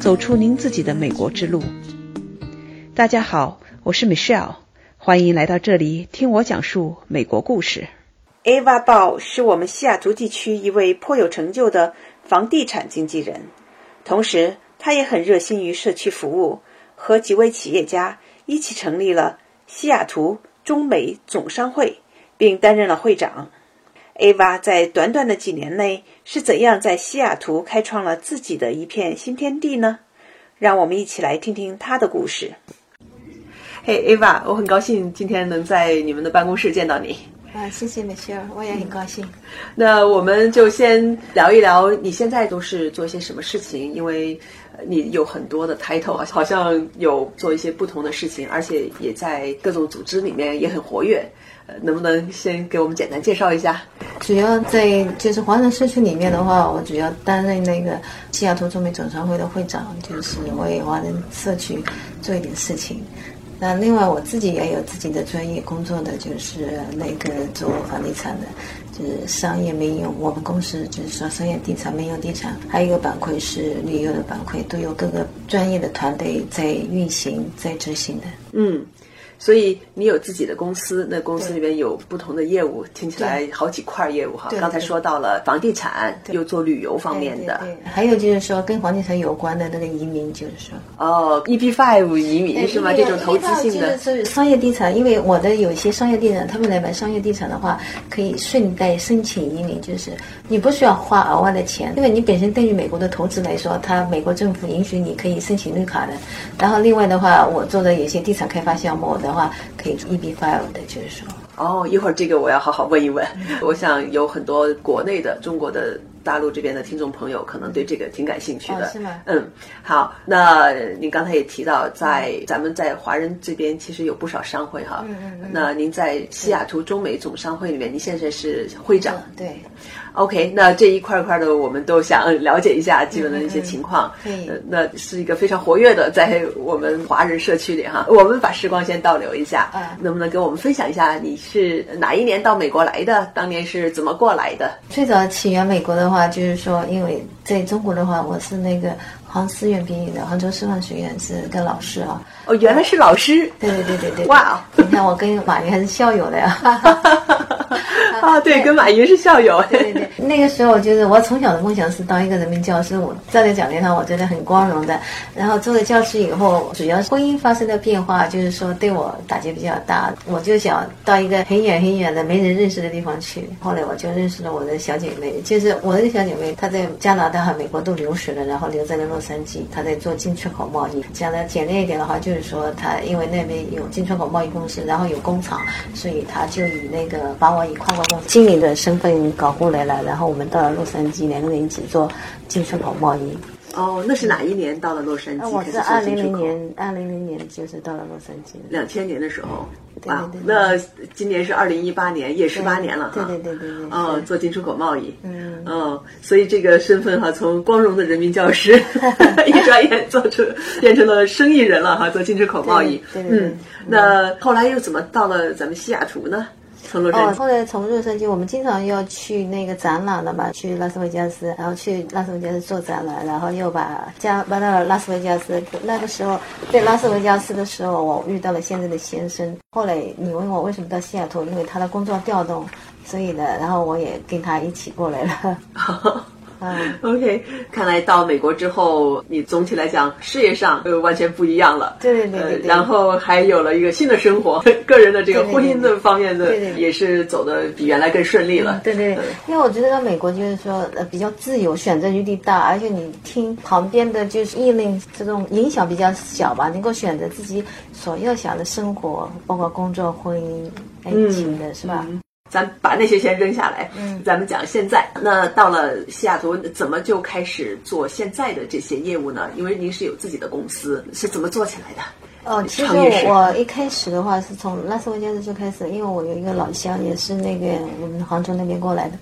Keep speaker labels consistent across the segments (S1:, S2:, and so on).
S1: 走出您自己的美国之路。大家好，我是 Michelle，欢迎来到这里听我讲述美国故事。Ava Bao 是我们西雅图地区一位颇有成就的房地产经纪人，同时他也很热心于社区服务，和几位企业家一起成立了西雅图中美总商会，并担任了会长。Ava 在短短的几年内是怎样在西雅图开创了自己的一片新天地呢？让我们一起来听听她的故事。嘿、hey,，Ava，我很高兴今天能在你们的办公室见到你。
S2: 啊，谢谢美秀，我也很高兴。
S1: 那我们就先聊一聊你现在都是做一些什么事情，因为呃你有很多的 title 啊，好像有做一些不同的事情，而且也在各种组织里面也很活跃。呃，能不能先给我们简单介绍一下？
S2: 主要在就是华人社区里面的话，我主要担任那个西雅图中美总商会的会长，就是为华人社区做一点事情。那另外我自己也有自己的专业工作的，就是那个做房地产的，就是商业民用。我们公司就是说商业地产、民用地产，还有一个板块是旅游的板块，都有各个专业的团队在运行、在执行的。
S1: 嗯，所以你有自己的公司，那公司里面有不同的业务，听起来好几块业务哈。刚才说到了房地产，又做旅游方面哦的，
S2: 对对对还有就是说跟房地产有关的那个移民，就是说。
S1: 哦，EB Five 移民是吗？这种投资性的
S2: E 就是商业地产，因为我的有些商业地产，他们来买商业地产的话，可以顺带申请移民，就是你不需要花额外的钱，因为你本身对于美国的投资来说，它美国政府允许你可以申请绿卡的。然后另外的话，我做的有些地产开发项目的话，可以 EB Five 的，就是说。
S1: 哦，一会儿这个我要好好问一问。我想有很多国内的中国的大陆这边的听众朋友，可能对这个挺感兴趣的。
S2: 哦、是吗？
S1: 嗯，好。那您刚才也提到在，在、嗯、咱们在华人这边其实有不少商会哈。嗯嗯嗯。那您在西雅图中美总商会里面，您现在是会长。
S2: 嗯、对。
S1: OK，那这一块块的我们都想呃了解一下基本的一些情况。
S2: 嗯嗯、
S1: 呃、那是一个非常活跃的在我们华人社区里哈。我们把时光先倒流一下，嗯、能不能给我们分享一下你是哪一年到美国来的？当年是怎么过来的？
S2: 最早起源美国的话，就是说，因为在中国的话，我是那个。杭师院毕业的，杭州师范学院是个老师啊。
S1: 哦，原来是老师。
S2: 对对对对对。
S1: 哇！哦
S2: 你看，我跟马云还是校友的呀。
S1: 啊，对，跟马云是校友。
S2: 对对对，那个时候就是我从小的梦想是当一个人民教师，我站在讲台上，我觉得很光荣的。然后做了教师以后，主要婚姻发生的变化，就是说对我打击比较大。我就想到一个很远很远的没人认识的地方去。后来我就认识了我的小姐妹，就是我的小姐妹，她在加拿大和美国都留学了，然后留在了洛。洛杉矶，他在做进出口贸易。讲的简练一点的话，就是说他因为那边有进出口贸易公司，然后有工厂，所以他就以那个把我以跨国公司经理的身份搞过来了。然后我们到了洛杉矶，两个人一起做进出口贸易。
S1: 哦，那是哪一年到了洛杉矶？啊、
S2: 我是二零零年，二零零年就是到了洛杉矶。
S1: 两千年的时候，
S2: 对
S1: 对。
S2: 对对,
S1: 那今年是二零一八年，也十八年了
S2: 哈。对对对对对。
S1: 哦，做进出口贸易。
S2: 嗯。
S1: 哦，所以这个身份哈，从光荣的人民教 师，一转眼做出变成了生意人了哈，做进出口贸易。
S2: 对对对。
S1: 嗯，那后来又怎么到了咱们西雅图呢？从洛杉矶
S2: 哦，后来从洛杉矶，我们经常要去那个展览的嘛，去拉斯维加斯，然后去拉斯维加斯做展览，然后又把家搬到了拉斯维加斯。那个时候在拉斯维加斯的时候，我遇到了现在的先生。后来你问我为什么到西雅图，因为他的工作调动，所以呢，然后我也跟他一起过来 了。
S1: 嗯，OK，看来到美国之后，你总体来讲事业上呃完全不一样了，
S2: 对对对,对、呃，
S1: 然后还有了一个新的生活， 个人的这个婚姻的方面的也是走的比原来更顺利了，
S2: 对对,对、嗯，因为我觉得到美国就是说呃比较自由，选择余地大，而且你听旁边的就是议论这种影响比较小吧，能够选择自己所要想的生活，包括工作、婚姻、爱情的是吧？
S1: 嗯咱把那些先扔下来，
S2: 嗯，
S1: 咱们讲现在。那到了西雅图，怎么就开始做现在的这些业务呢？因为您是有自己的公司，是怎么做起来的？
S2: 哦，其实我一开始的话是从拉斯维加斯就开始，因为我有一个老乡也是那个我们杭州那边过来的，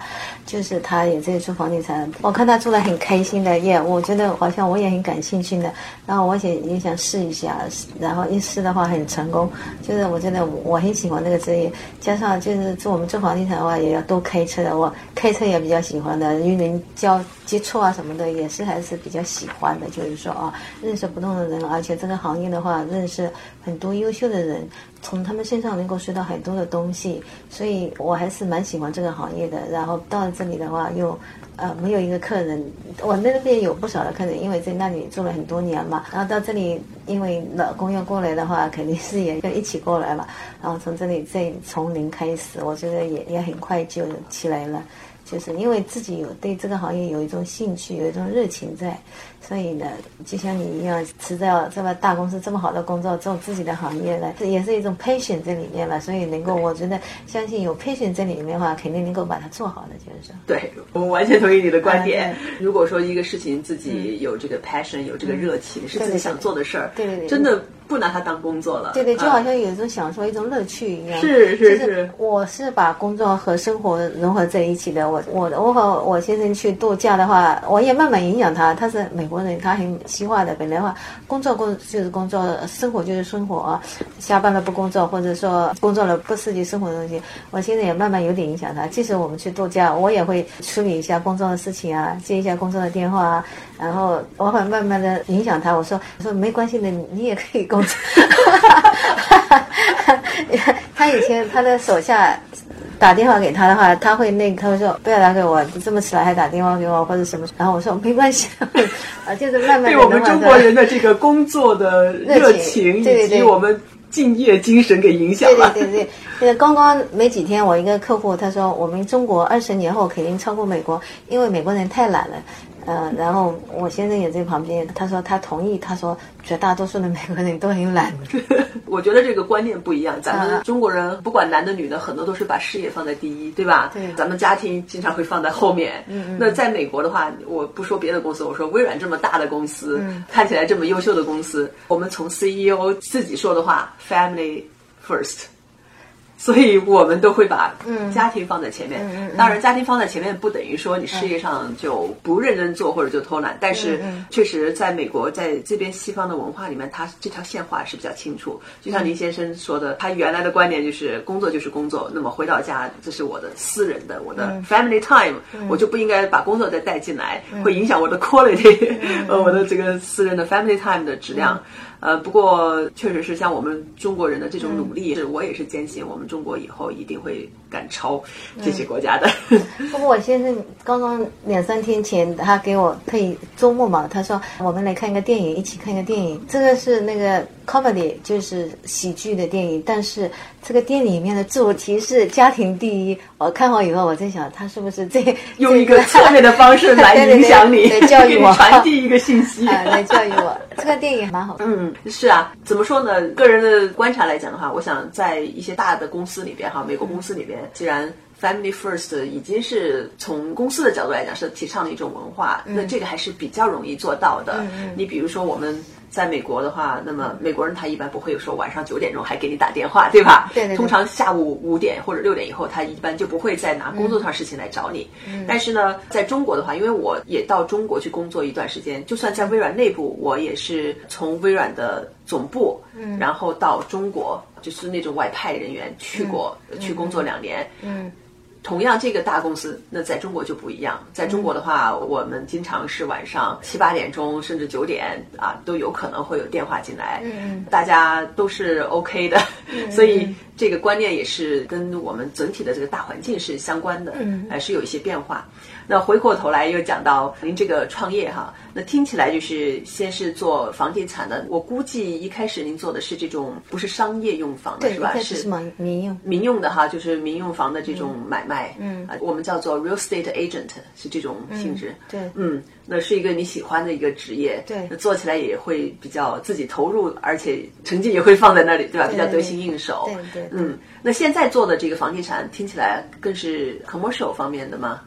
S2: 就是他也在做房地产，我看他做的很开心的，也我觉得好像我也很感兴趣的，然后我也也想试一下，然后一试的话很成功，就是我觉得我很喜欢这个职业，加上就是做我们做房地产的啊话也要多开车的，我开车也比较喜欢的，与人交接触啊什么的也是还是比较喜欢的，就是说啊认识不同的人，而且这个行业的话认。是很多优秀的人，从他们身上能够学到很多的东西，所以我还是蛮喜欢这个行业的。然后到了这里的话，又呃没有一个客人，我那边有不少的客人，因为在那里住了很多年嘛。然后到这里，因为老公要过来的话，肯定是也要一起过来嘛。然后从这里再从零开始，我觉得也也很快就起来了。就是因为自己有对这个行业有一种兴趣，有一种热情在，所以呢，就像你一样辞掉这么大公司这么好的工作，做自己的行业呢，这也是一种 passion 在里面吧。所以能够，我觉得相信有 passion 在里面的话，肯定能够把它做好的，就是说。
S1: 对我们完全同意你的观点。啊、
S2: 嗯
S1: 如果说一个事情自己有这个 passion，、嗯、有这个热情，嗯、是自己想做的事儿，
S2: 对对对，
S1: 真的。不拿它当工作了，啊
S2: 对对，就好像有一种享受、一种乐趣一样。
S1: 是是
S2: 是，我是把工作和生活融合在一起的。我我我和我先生去度假的话，我也慢慢影响他。他是美国人，他很西化的。本来话，工作工就是工作，生活就是生活啊。下班了不工作，或者说工作了不涉及生活的东西。我现在也慢慢有点影响他。即使我们去度假，我也会处理一下工作的事情啊，接一下工作的电话啊。然后我会慢慢的影响他。我说我说没关系的，你也可以工。 他以前他的手下打电话给他的话，他会那个，他会说不要打给我，这么迟了还打电话给我或者什么。然后我说没关系， 啊，就是慢慢
S1: 对我们中国人的这个工作的热
S2: 情
S1: 以及我们。敬业精神给影响了。
S2: 对对对 对，现在刚刚没几天，我一个客户他说，我们中国二十年后肯定超过美国，因为美国人太懒了。呃，然后我先生也在旁边，他说他同意，他说绝大多数的美国人都很懒。
S1: 我觉得这个观念不一样，咱
S2: 啊
S1: 们中国人不管男的女的，很多都是把事业放在第一，对吧？
S2: 对。
S1: 咱们家庭经常会放在后面。
S2: 嗯嗯。
S1: 那在美国的话，我不说别的公司，我说微软这么大的公司，嗯、看起来这么优秀的公司，我们从 CEO 自己说的话，family first。所以我们都会把家庭放在前面。
S2: 嗯嗯、
S1: 当然，家庭放在前面不等于说你事业上就不认真做或者就偷懒，但
S2: 嗯
S1: 是确实在美国，在这边西方的文化里面，它这条线画是比较清楚。就
S2: 嗯
S1: 像林先生说的，他原来的观点就是工作就是工作，那么回到家这是我的私人的我的 family time，、
S2: 嗯、
S1: 我就不应该把工作再带进来，会影响我的 quality，呃，
S2: 嗯
S1: 我的这个私人的 family time 的质量。呃，不过确实是像我们中国人的这种努力，是、
S2: 嗯、
S1: 我也是坚信我们中国以后一定会赶超这些国 家的。
S2: 不过、嗯、我先生刚刚两三天前，他给我特意周末嘛，他说我们来看个电影，一起看个电影。这个是那个 comedy，就是喜剧的电影，但是这个电影里面的主题是家庭第一。我看好以后，我在想他是不是这
S1: 用一个侧面的方式 来影响你，
S2: 来教 育我，
S1: 传递一个信 息，
S2: 啊、来教育我。这个电影蛮好，
S1: 嗯。嗯，是啊，怎么说呢？个人的观察来讲的话，我想在一些大的公司里边，哈，美国公司里边，既然 family first 已经是从公司的角度来讲是提倡的一种文化，那这个还是比较容易做到的。
S2: 嗯、
S1: 你比如说我们。在美国的话，那么美国人他一般不会说晚上九点钟还给你打电话，对吧？
S2: 对,对,对。
S1: 通常下午五点或者六点以后，他一般就不会再拿工作上事情来找你。
S2: 嗯。
S1: 但是呢，在中国的话，因为我也到中国去工作一段时间，就算在微软内部，我也是从微软的总部，
S2: 嗯，
S1: 然后到中国，就是那种外派人员去过、
S2: 嗯、
S1: 去工作两年，
S2: 嗯。嗯
S1: 同样，这个大公司，那在中国就不一样。在中国的话，嗯、我们经常是晚上七八点钟，甚至九点啊，都有可能会有电话进来，
S2: 嗯、
S1: 大家都是 OK 的，
S2: 嗯、
S1: 所以。这个观念也是跟我们整体的这个大环境是相关的，
S2: 嗯，
S1: 呃，是有一些变化。那回过头来又讲到您这个创业哈，那听起来就是先是做房地产的，我估计一开始您做的是这种不是商业用房的是吧？
S2: 是民民用
S1: 民用的哈，就是民用房的这种买卖，
S2: 嗯，
S1: 啊、我们叫做 real estate agent 是这种性质，
S2: 嗯、对，
S1: 嗯。那是一个你喜欢的一个职业，
S2: 对
S1: 那做起来也会比较自己投入，而且成绩也会放在那里，对吧？比较
S2: 对
S1: 得心应手。
S2: 对对对
S1: 嗯，那现在做的这个房地产听起来更是 commercial 方面的吗？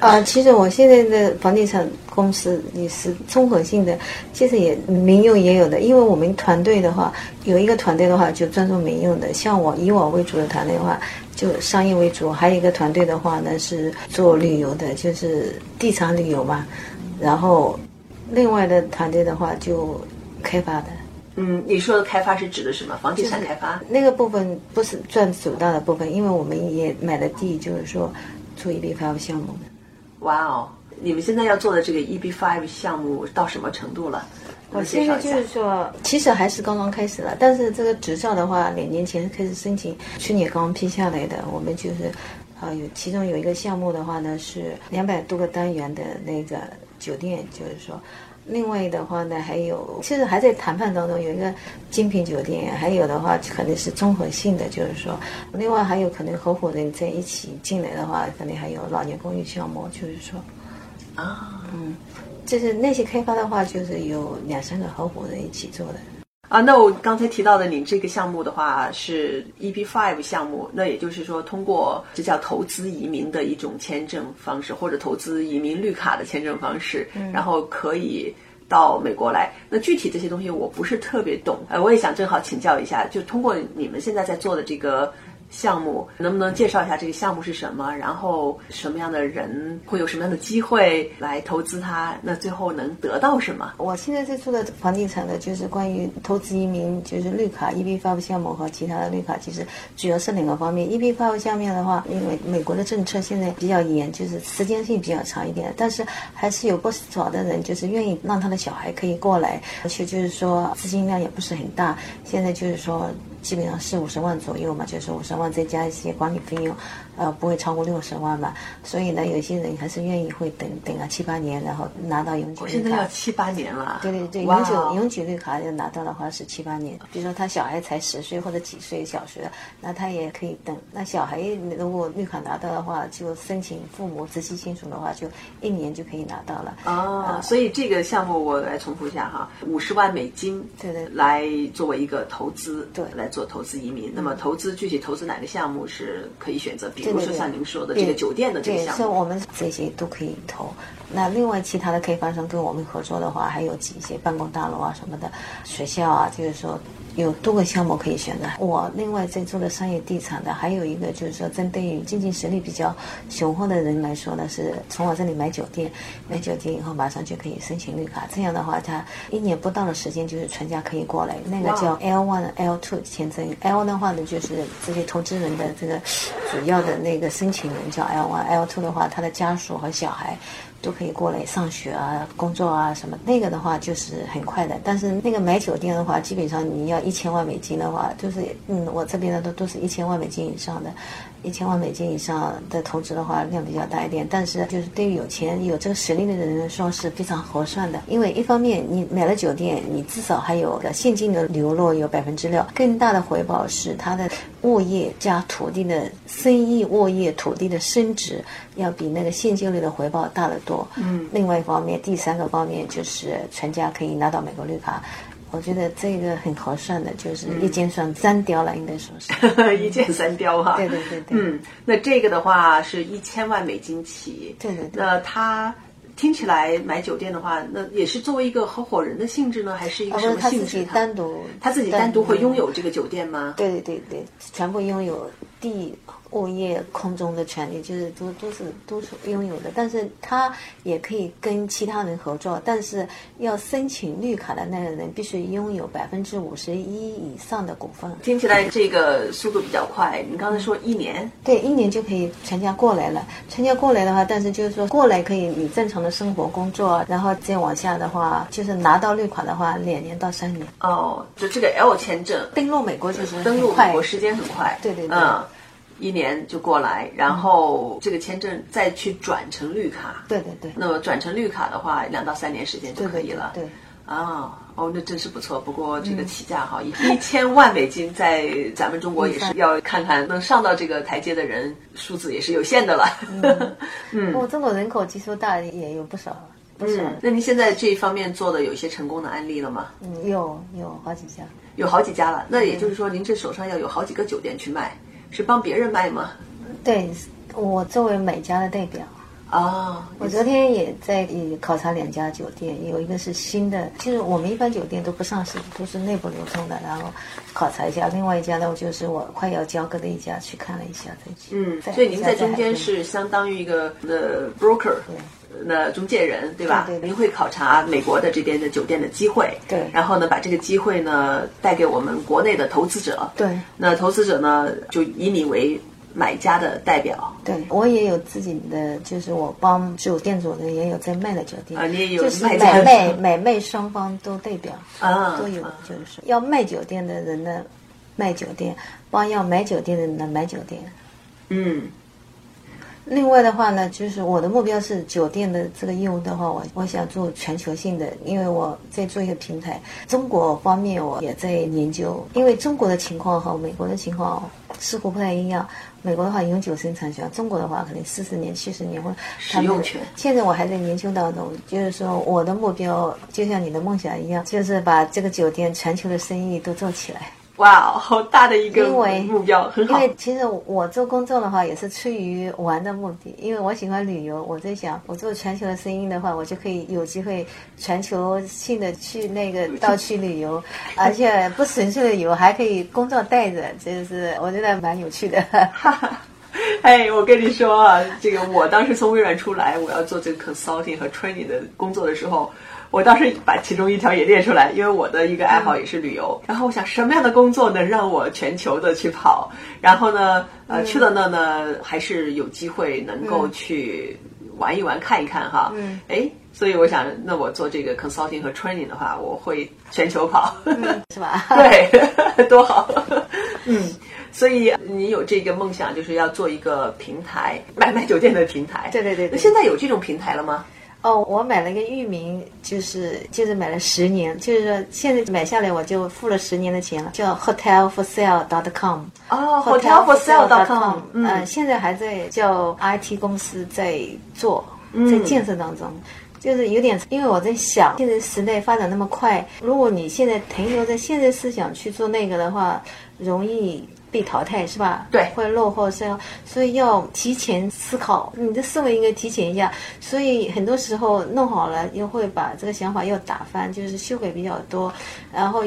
S2: 啊，其实我现在的房地产公司也是综合性的，其实也民用也有的，因为我们团队的话，有一个团队的话就专注民用的，像我以我为主的团队的话，就商业为主，还有一个团队的话呢是做旅游的，就是地产旅游嘛，然后另外的团队的话就开发的。
S1: 嗯，你说的开发是指的什么？房地产开发？
S2: 那个部分不是占主要的部分，因为我们也买的地就是说做一 B 发布项目的。
S1: 哇哦，你们现在要做的这个 EB Five 项目到什么程度了？我
S2: 我
S1: 介
S2: 现
S1: 绍
S2: 在
S1: 一
S2: 哦就
S1: 下。
S2: 是说，其实还是刚刚开始了，但是这个执照的话，两年前开始申请，去年刚批下来的。我们就是，啊、有其中有一个项目的话呢是两百多个单元的那个酒店，就是说。另外的话呢，还有其实还在谈判当中，有一个精品酒店，还有的话可能是综合性的，就是说，另外还有可能合伙人在一起进来的话，可能还有老年公寓项目，就是说，
S1: 啊
S2: 就是那些开发的话，就是有两三个合伙人一起做的。
S1: 啊，那我刚才提到的你这个项目的话是 EB Five 项目，那也就是说通过这叫投资移民的一种签证方式，或者投资移民绿卡的签证方式，
S2: 嗯
S1: 然后可以。到美国来，那具体这些东西我不是特别懂，呃，我也想正好请教一下，就通过你们现在在做的这个项目，能不能介绍一下这个项目是什么？然后什么样的人会有什么样的机会来投资它？那最后能得到什么？
S2: 我现在在做的房地产呢，就是关于投资移民，就是绿卡 EB 发布项目和其他的绿卡，其实主要是两个方面。EB 发布项目的话，因为美国的政策现在比较严，就是时间性比较长一点，但是还是有不少的人就是愿意让他的小孩可以过来，而且就是说资金量也不是很大，现在就是说基本上是五十万左右嘛，就是五十万再加一些管理费用，呃，不会超过六十万吧。所以呢，有些人还是愿意会等等个七八年，然后拿到永久
S1: 我
S2: 绿
S1: 现在
S2: 卡
S1: 要七八年了，
S2: 对对对，
S1: 哇哦
S2: 永久永久绿卡要拿到的话是七八年，比如说他小孩才十岁或者几岁小学，那他也可以等。那小孩如果绿卡拿到的话，就申请父母直系亲属的话，就一年就可以拿到了。
S1: 哦，所以这个项目我来重复一下哈，五十万美金，
S2: 对对
S1: 来作为一个投资，
S2: 对嗯
S1: 来做投资移民。那么投资具体投资哪个项目是可以选择？比
S2: 对
S1: 如
S2: 对
S1: 说
S2: 对
S1: 像您说的
S2: 对
S1: 这个酒店的这个
S2: 对，
S1: 项
S2: 像
S1: 目，
S2: 我们这些都可以投。那另外其他的开发商跟我们合作的话，还有几些办公大楼啊什么的，学校啊，就是说有多个项目可以选择。我另外在做的商业地产的，还有一个就是说针对于经济实力比较雄厚的人来说呢，是从我这里买酒店，买酒店以后马上就可以申请绿卡。这样的话，他一年不到的时间就是全家可以过来，那个
S1: 哇
S2: 叫 L one、L two 签证。L 的话呢，就是这些投资人的这个主要的那个申请人叫 L one、L two 的话，他的家属和小孩都可以过来上学啊、工作啊什么。那个的话就是很快的，但是那个买酒店的话，基本上你要一千万美金的话，就是嗯，我这边的都都是一千万美金以上的，一千万美金以上的投资的话量比较大一点，但是就是对于有钱有这个实力的人来说是非常合算的，因为一方面你买了酒店，你至少还有个现金流流落有百分之六，更大的回报是它的物业加土地的生意物业土地的升值要比那个现金流的回报大得多。嗯，另外一方面，第三个方面就是全家可以拿到美国绿卡。我觉得这个很合算的，就是一箭双三雕了，应该说是。
S1: 一箭三雕哈。
S2: 对对对对
S1: 嗯，那这个的话是一千万美金起。
S2: 对对对
S1: 那他听起来买酒店的话，那也是作为一个合伙人的性质呢，还是一个
S2: 啊，不
S1: 什
S2: 是
S1: 么
S2: 他
S1: 性
S2: 自
S1: 质
S2: 己
S1: 呢？
S2: 单独，
S1: 他自己单独会拥
S2: 有。
S1: 有这个酒店吗？
S2: 对对对对，全部拥有地、物业、空中的权利，就是都都是都是拥有的。但是他也可以跟其他人合作，但是要申请绿卡的那个人必须拥有百分之五十一以上的股份。
S1: 听起来这个速度比较快。你刚才说一年，
S2: 对，一年就可以全家过来了。全家过来的话，但是就是说过来可以你正常的生活、工作，然后再往下的话，就是拿到绿卡的话，两年到三年。
S1: 哦，就这个 L 签证
S2: 登陆美国就是
S1: 登陆
S2: 很快
S1: 美国时间很快，
S2: 对对对
S1: 嗯，一年就过来，然后这个签证再去转成绿卡。
S2: 对对对，
S1: 那么转成绿卡的话，两到三年时间就
S2: 对
S1: 可
S2: 对
S1: 以
S2: 对
S1: 了。
S2: 对。
S1: 啊，哦，那真是不错。不过这个起价哈，
S2: 嗯
S1: 一千万美金在咱们中国也是要看看能上到这个台阶的人，数字也是有限的了。嗯，
S2: 哦我中国人口基数大也有不少了。不是。
S1: 那您现在这一方面做的有一些成功的案例了吗？
S2: 嗯，有有好几家，
S1: 有好几家了。那
S2: 嗯
S1: 也就是说，您这手上要有好几个酒店去卖，是帮别人卖吗？
S2: 对，我作为每家的代表。
S1: 哦，
S2: 我昨天也在也考察两家酒店，有一个是新的，就是我们一般酒店都不上市，都是内部流通的。然后考察一下，另外一家呢，就是我快要交割的一家，去看了一下这家。
S1: 嗯，所以您在中间是相当于一个呃 broker，那呃中介人对吧？
S2: 对对对
S1: 您会考察美国的这边的酒店的机会，
S2: 对
S1: 然后呢，把这个机会呢带给我们国内的投资者，
S2: 对
S1: 那投资者呢就以你为买家的代表，
S2: 对，我也有自己的，就是我帮酒店主人也有在卖的酒店，
S1: 啊你也有
S2: 就是
S1: 卖
S2: 买
S1: 家的
S2: 卖买卖双方都代表
S1: 啊
S2: 都有
S1: 啊，
S2: 就是说要卖酒店的人呢卖酒店，帮要买酒店的人呢买酒店。
S1: 嗯。
S2: 另外的话呢，就是我的目标是酒店的这个业务的话，我我想做全球性的，因为我在做一个平台。中国方面我也在研究，因为中国的情况和美国的情况似乎不太一样。美国的话永久生产权，中国的话可能四十年、七十年或者他们
S1: 使用权
S2: 现在我还在研究当中，就是说我的目标就像你的梦想一样，就是把这个酒店全球的生意都做起来。
S1: 哇，哦好大的一个
S2: 因为
S1: 目标，很好
S2: 因。为其实我做工作的话，也是出于玩的目的，因为我喜欢旅游。我在想，我做全球的生意的话，我就可以有机会全球性的去 那个到去旅游，而且不纯粹的旅游，还可以工作带着，就是我觉得蛮有趣的。
S1: 哎，我跟你说啊，这个我当时从微软出来，我要做这个 consulting 和 training 的工作的时候，我当时把其中一条也列出来，因为我的一个爱好也是旅游。然后我想，什么样的工作能让我全球的去跑？然后呢，呃，去到那呢，还是有机会能够去玩一玩、看一看哈。
S2: 嗯，
S1: 哎。所以我想，那我做这个 consulting 和 training 的话，我会全球跑。
S2: 是吧？
S1: 对， 多好。嗯，所以你有这个梦想，就是要做一个平台，买卖酒店的平台。
S2: 对对对对
S1: 那现在有这种平台了吗？
S2: 哦，我买了一个域名，就是就是买了十年，就是说现在买下来我就付了十年的钱了，叫 hotelforsale.com。
S1: 哦
S2: hotelforsale.com，
S1: 嗯、
S2: 呃，现在还在叫 IT 公司在做，
S1: 嗯
S2: 在建设当中。就是有点，因为我在想，现在时代发展那么快，如果你现在停留在现在思想去做那个的话，容易被淘汰，是吧？
S1: 对
S2: 会落后是要，所以要提前思考，你的思维应该提前一下。所以很多时候弄好了，又会把这个想法又打翻，就是修改比较多，然后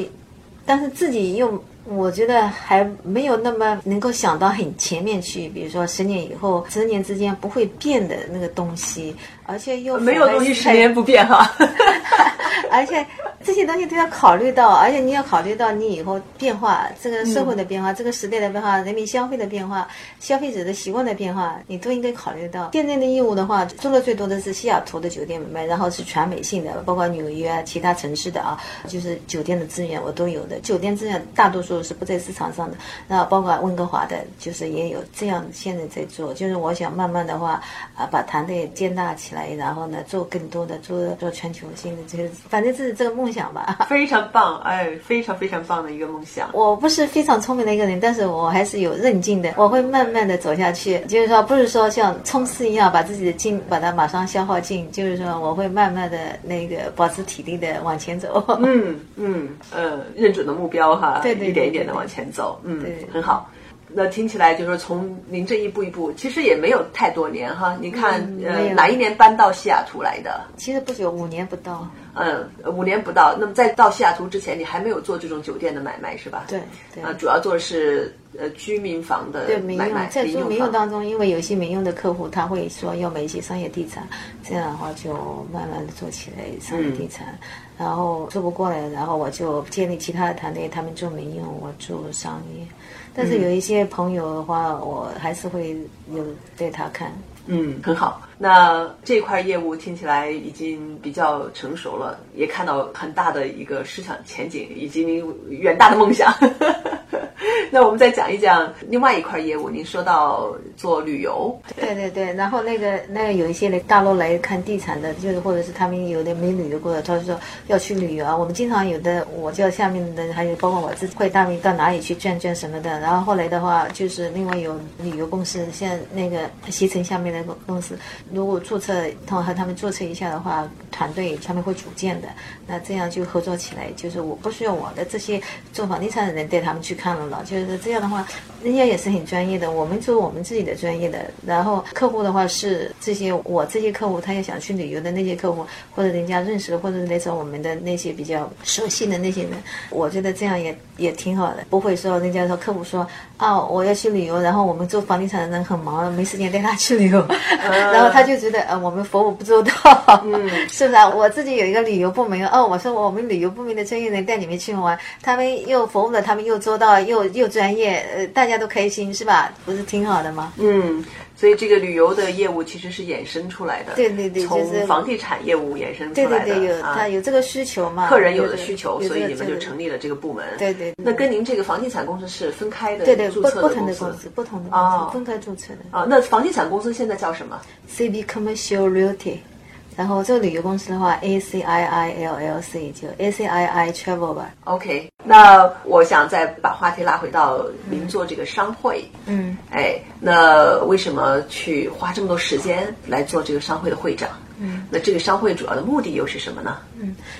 S2: 但是自己又我觉得还没有那么能够想到很前面去，比如说十年以后、十年之间不会变的那个东西，而且又
S1: 没有东西
S2: 符
S1: 十
S2: 合
S1: 年不变哈。
S2: 而且这些东西都要考虑到，而且你要考虑到你以后变化，这个社会的变化，这个时代的变化，人民消费的变化，消费者的习惯的变化，你都应该考虑到。现在的业务的话，做的最多的是西雅图的酒店买卖，然后是全美性的，包括纽约啊其他城市的啊，就是酒店的资源我都有的。酒店资源大多数是不在市场上的，那包括温哥华的，就是也有这样现在在做。就是我想慢慢的话啊，把团队建大起来，然后呢做更多的做做全球性的，就是反正这是这个梦想吧。
S1: 非常棒，哎，非常非常棒的一个梦想。
S2: 我不是非常聪明的一个人，但是我还是有韧劲的，我会慢慢的走下去。就是说，不是说像冲刺一样把自己的劲把它马上消耗尽，就是说我会慢慢的那个保持体力的往前走。
S1: 嗯嗯呃，认准的目标哈，
S2: 对对对
S1: 一点一点的往前走，嗯
S2: 对对，对
S1: 很好。那听起来就是说，从您这一步一步，其实也没有太多年哈。你看，
S2: 嗯没
S1: 呃，
S2: 有
S1: 哪一年搬到西雅图来的？
S2: 其实不久，五年不到。
S1: 嗯，五年不到。那么在到西雅图之前，你还没有做这种酒店的买卖是吧？
S2: 对对
S1: 啊，主要做的是呃居民房的
S2: 对民
S1: 买
S2: 用
S1: 卖，，
S2: 在做民用
S1: 房。
S2: 当中，因为有一些民用的客户他会说要买一些商业地产，这样的话就慢慢的做起来
S1: 嗯
S2: 商业地产，然后做不过来，然后我就建立其他的团队，他们做民用，我做商业。但
S1: 嗯
S2: 是有一些朋友的话，我还是会有对他看。
S1: 嗯，很好。那这块业务听起来已经比较成熟了，也看到很大的一个市场前景以及您远大的梦想。 那我们再讲一讲另外一块业务，您说到做旅游，
S2: 对对对，然后那个那个有一些人大陆来看地产的，就是或者是他们有的没旅游过的，他就说要去旅游啊。我们经常有的，我叫下面的人，还有包括我自己会带他们到哪里去转转什么的。然后后来的话，就是另外有旅游公司，像那个携程下面的公司，如果注册，然后和他们注册一下的话，团。团队他们会组建的。那这样就合作起来，就是我不需要我的这些做房地产的人带他们去看了了，就是这样的话，人家也是很专业的，我们做我们自己的专业的。然后客户的话是这些我这些客户，他也想去旅游的那些客户，或者人家认识，或者那种我们的那些比较熟悉的那些人，我觉得这样也也挺好的，不会说人家说客户说啊我要去旅游，然后我们做房地产的人很忙，没时间带他去旅游， 然后他就觉得呃我们服务不周到，嗯， 是不是啊？我自己有一个旅游部门哦，我说我们旅游部门的专业人带你们去玩，他们又服务了，他们又周到，又又专业，呃，大家都开心是吧？不是挺好的吗？
S1: 嗯，所以这个旅游的业务其实是衍生出来的，
S2: 对对对
S1: 从
S2: 就是
S1: 房地产业务衍生出
S2: 对对
S1: 来的，
S2: 对，有
S1: 啊
S2: 他有这个需求嘛？
S1: 客人有
S2: 这
S1: 的
S2: 个
S1: 需求，
S2: 有
S1: 所
S2: 这
S1: 以
S2: 个
S1: 你们
S2: 这
S1: 就
S2: 个
S1: 成立了这个部门。
S2: 对对对
S1: 那跟您这个房地产公司是分开的，
S2: 对对
S1: 注
S2: 不
S1: 册
S2: 不同
S1: 公
S2: 的
S1: 司
S2: 公司，不同的公
S1: 哦
S2: 司分开注册的。
S1: 啊。那房地产公司现在叫什么？
S2: CB Commercial Realty。然后这个旅游公司的话，ACIILLC 就 ACII Travel 吧。
S1: OK，那我想再把话题拉回到您做这个商会，
S2: 嗯，
S1: 哎，那为什么去花这么多时间来做这个商会的会长？嗯，那这个商会主要的目的又是什么呢？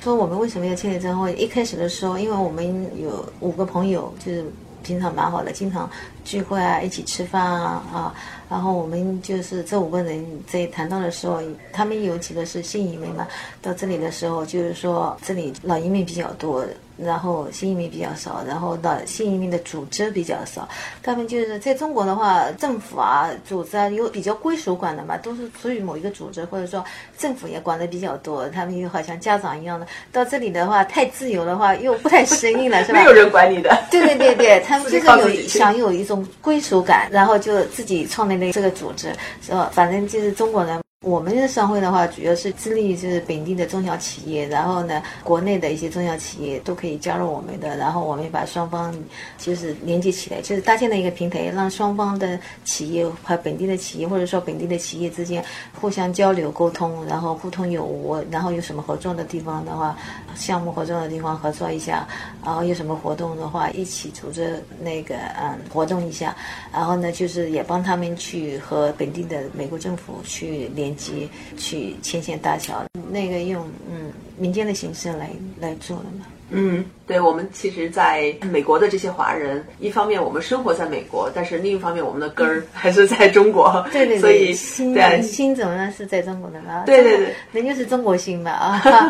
S2: 说我们为什么要建立这商会？一开始的时候，因为我们有五个朋友，就是平常蛮好的，经常聚会啊，一起吃饭啊啊。然后我们就是这五个人在谈到的时候，呃他们有几个是新移民嘛，到这里的时候就是说这里老移民比较多，然后新移民比较少，然后老新移民的组织比较少。他们就是在中国的话，政府啊、组织啊有比较归属管的嘛，都是属于某一个组织，或者说政府也管的比较多。他们又好像家长一样的，到这里的话太自由的话又不太适应了，是吧？
S1: 没有人管你的，
S2: 对对 对对，他们
S1: 自己
S2: 就是
S1: 靠自己
S2: 有
S1: 去
S2: 想有一种归属感，然后就自己创立了这个组织，是吧？反正就是中国人。我们的商会的话，主要是致力于就是本地的中小企业，然后呢，国内的一些中小企业都可以加入我们的，然后我们把双方就是连接起来，就是搭建了一个平台，让双方的企业和本地的企业，或者说本地的企业之间互相交流沟通，然后互通有无，然后有什么合作的地方的话，项目合作的地方合作一下，然后有什么活动的话，一起组织那个嗯活动一下，然后呢，就是也帮他们去和本地的美国政府去连接，去牵线搭桥，那个用嗯民间的形式来来做的嘛。
S1: 嗯，对，我们其实在美国的这些华人，一方面我们生活在美国，但是另一方面我们的根儿 还是在中国，
S2: 嗯对对
S1: 所
S2: 对，
S1: 以
S2: 新
S1: 对
S2: 新怎么呢？是在中国的嘛？
S1: 对对对，
S2: 那就是中国新嘛啊。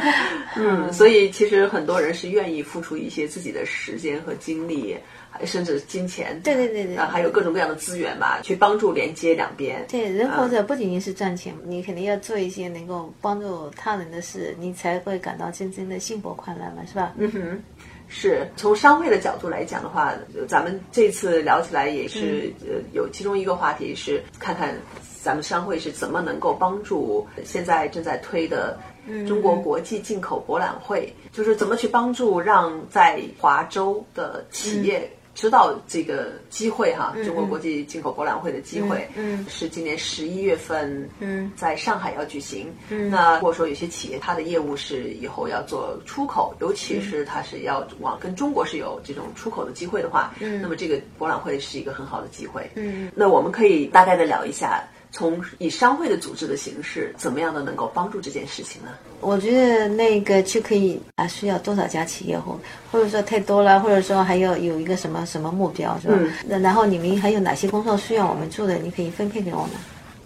S1: 嗯，所以其实很多人是愿意付出一些自己的时间和精力，还甚至金钱，
S2: 对对对对
S1: 啊，还有各种各样的资源吧，去帮助连接两边。
S2: 对，人活
S1: 啊
S2: 着不仅仅是赚钱，你肯定要做一些能够帮助他人的事，你才会感到真正的幸福快乐嘛，是吧？
S1: 嗯哼，是从商会的角度来讲的话，呃咱们这次聊起来也是、呃，有其中一个话题是看看咱们商会是怎么能够帮助现在正在推的中国国际进口博览会，就是怎么去帮助让在华州的企业。知道这个机会哈、中国国际进口博览会的机会，
S2: 嗯嗯嗯
S1: 是今年十一月份，
S2: 嗯
S1: 在上海要举行。嗯，那如果说有些企业它的业务是以后要做出口，尤其
S2: 嗯
S1: 是它是要往跟中国是有这种出口的机会的话，嗯，那么这个博览会是一个很好的机会。
S2: 嗯，
S1: 那我们可以大概的聊一下，从以商会的组织的形式，怎么样的能够帮助这件事情呢？
S2: 我觉得那个就可以啊，需要多少家企业或或者说太多了，或者说还要有一个什么什么目标是吧？
S1: 嗯
S2: 那然后你们还有哪些工作需要我们做的，你可以分配给我们。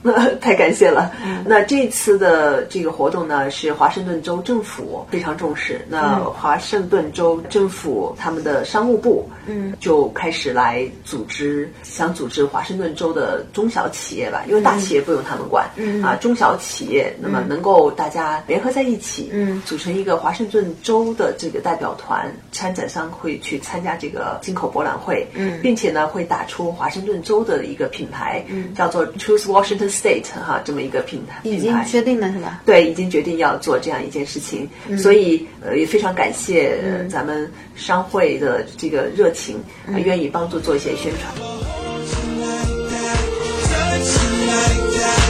S1: 太感谢了。那这次的这个活动呢，是华盛顿州政府非常重视。那华盛顿州政府他们的商务部，嗯，就开始来组织，想组织华盛顿州的中小企业吧，因为大企业不用他们管，嗯啊，中小企业，那么能够大家联合在一起，
S2: 嗯
S1: 组成一个华盛顿州的这个代表团，参展商会去参加这个进口博览会，
S2: 嗯
S1: 并且呢会打出华盛顿州的一个品牌，嗯、叫做 Choose Washington State 哈这么一个品牌，
S2: 已
S1: 品
S2: 经
S1: 牌
S2: 确定了是吧？
S1: 对，已经决定要做这样一件事情，
S2: 嗯
S1: 所以呃也非常感谢、呃咱们商会的这个热情，
S2: 嗯
S1: 呃愿意帮助做一些宣传。
S3: touch you like that.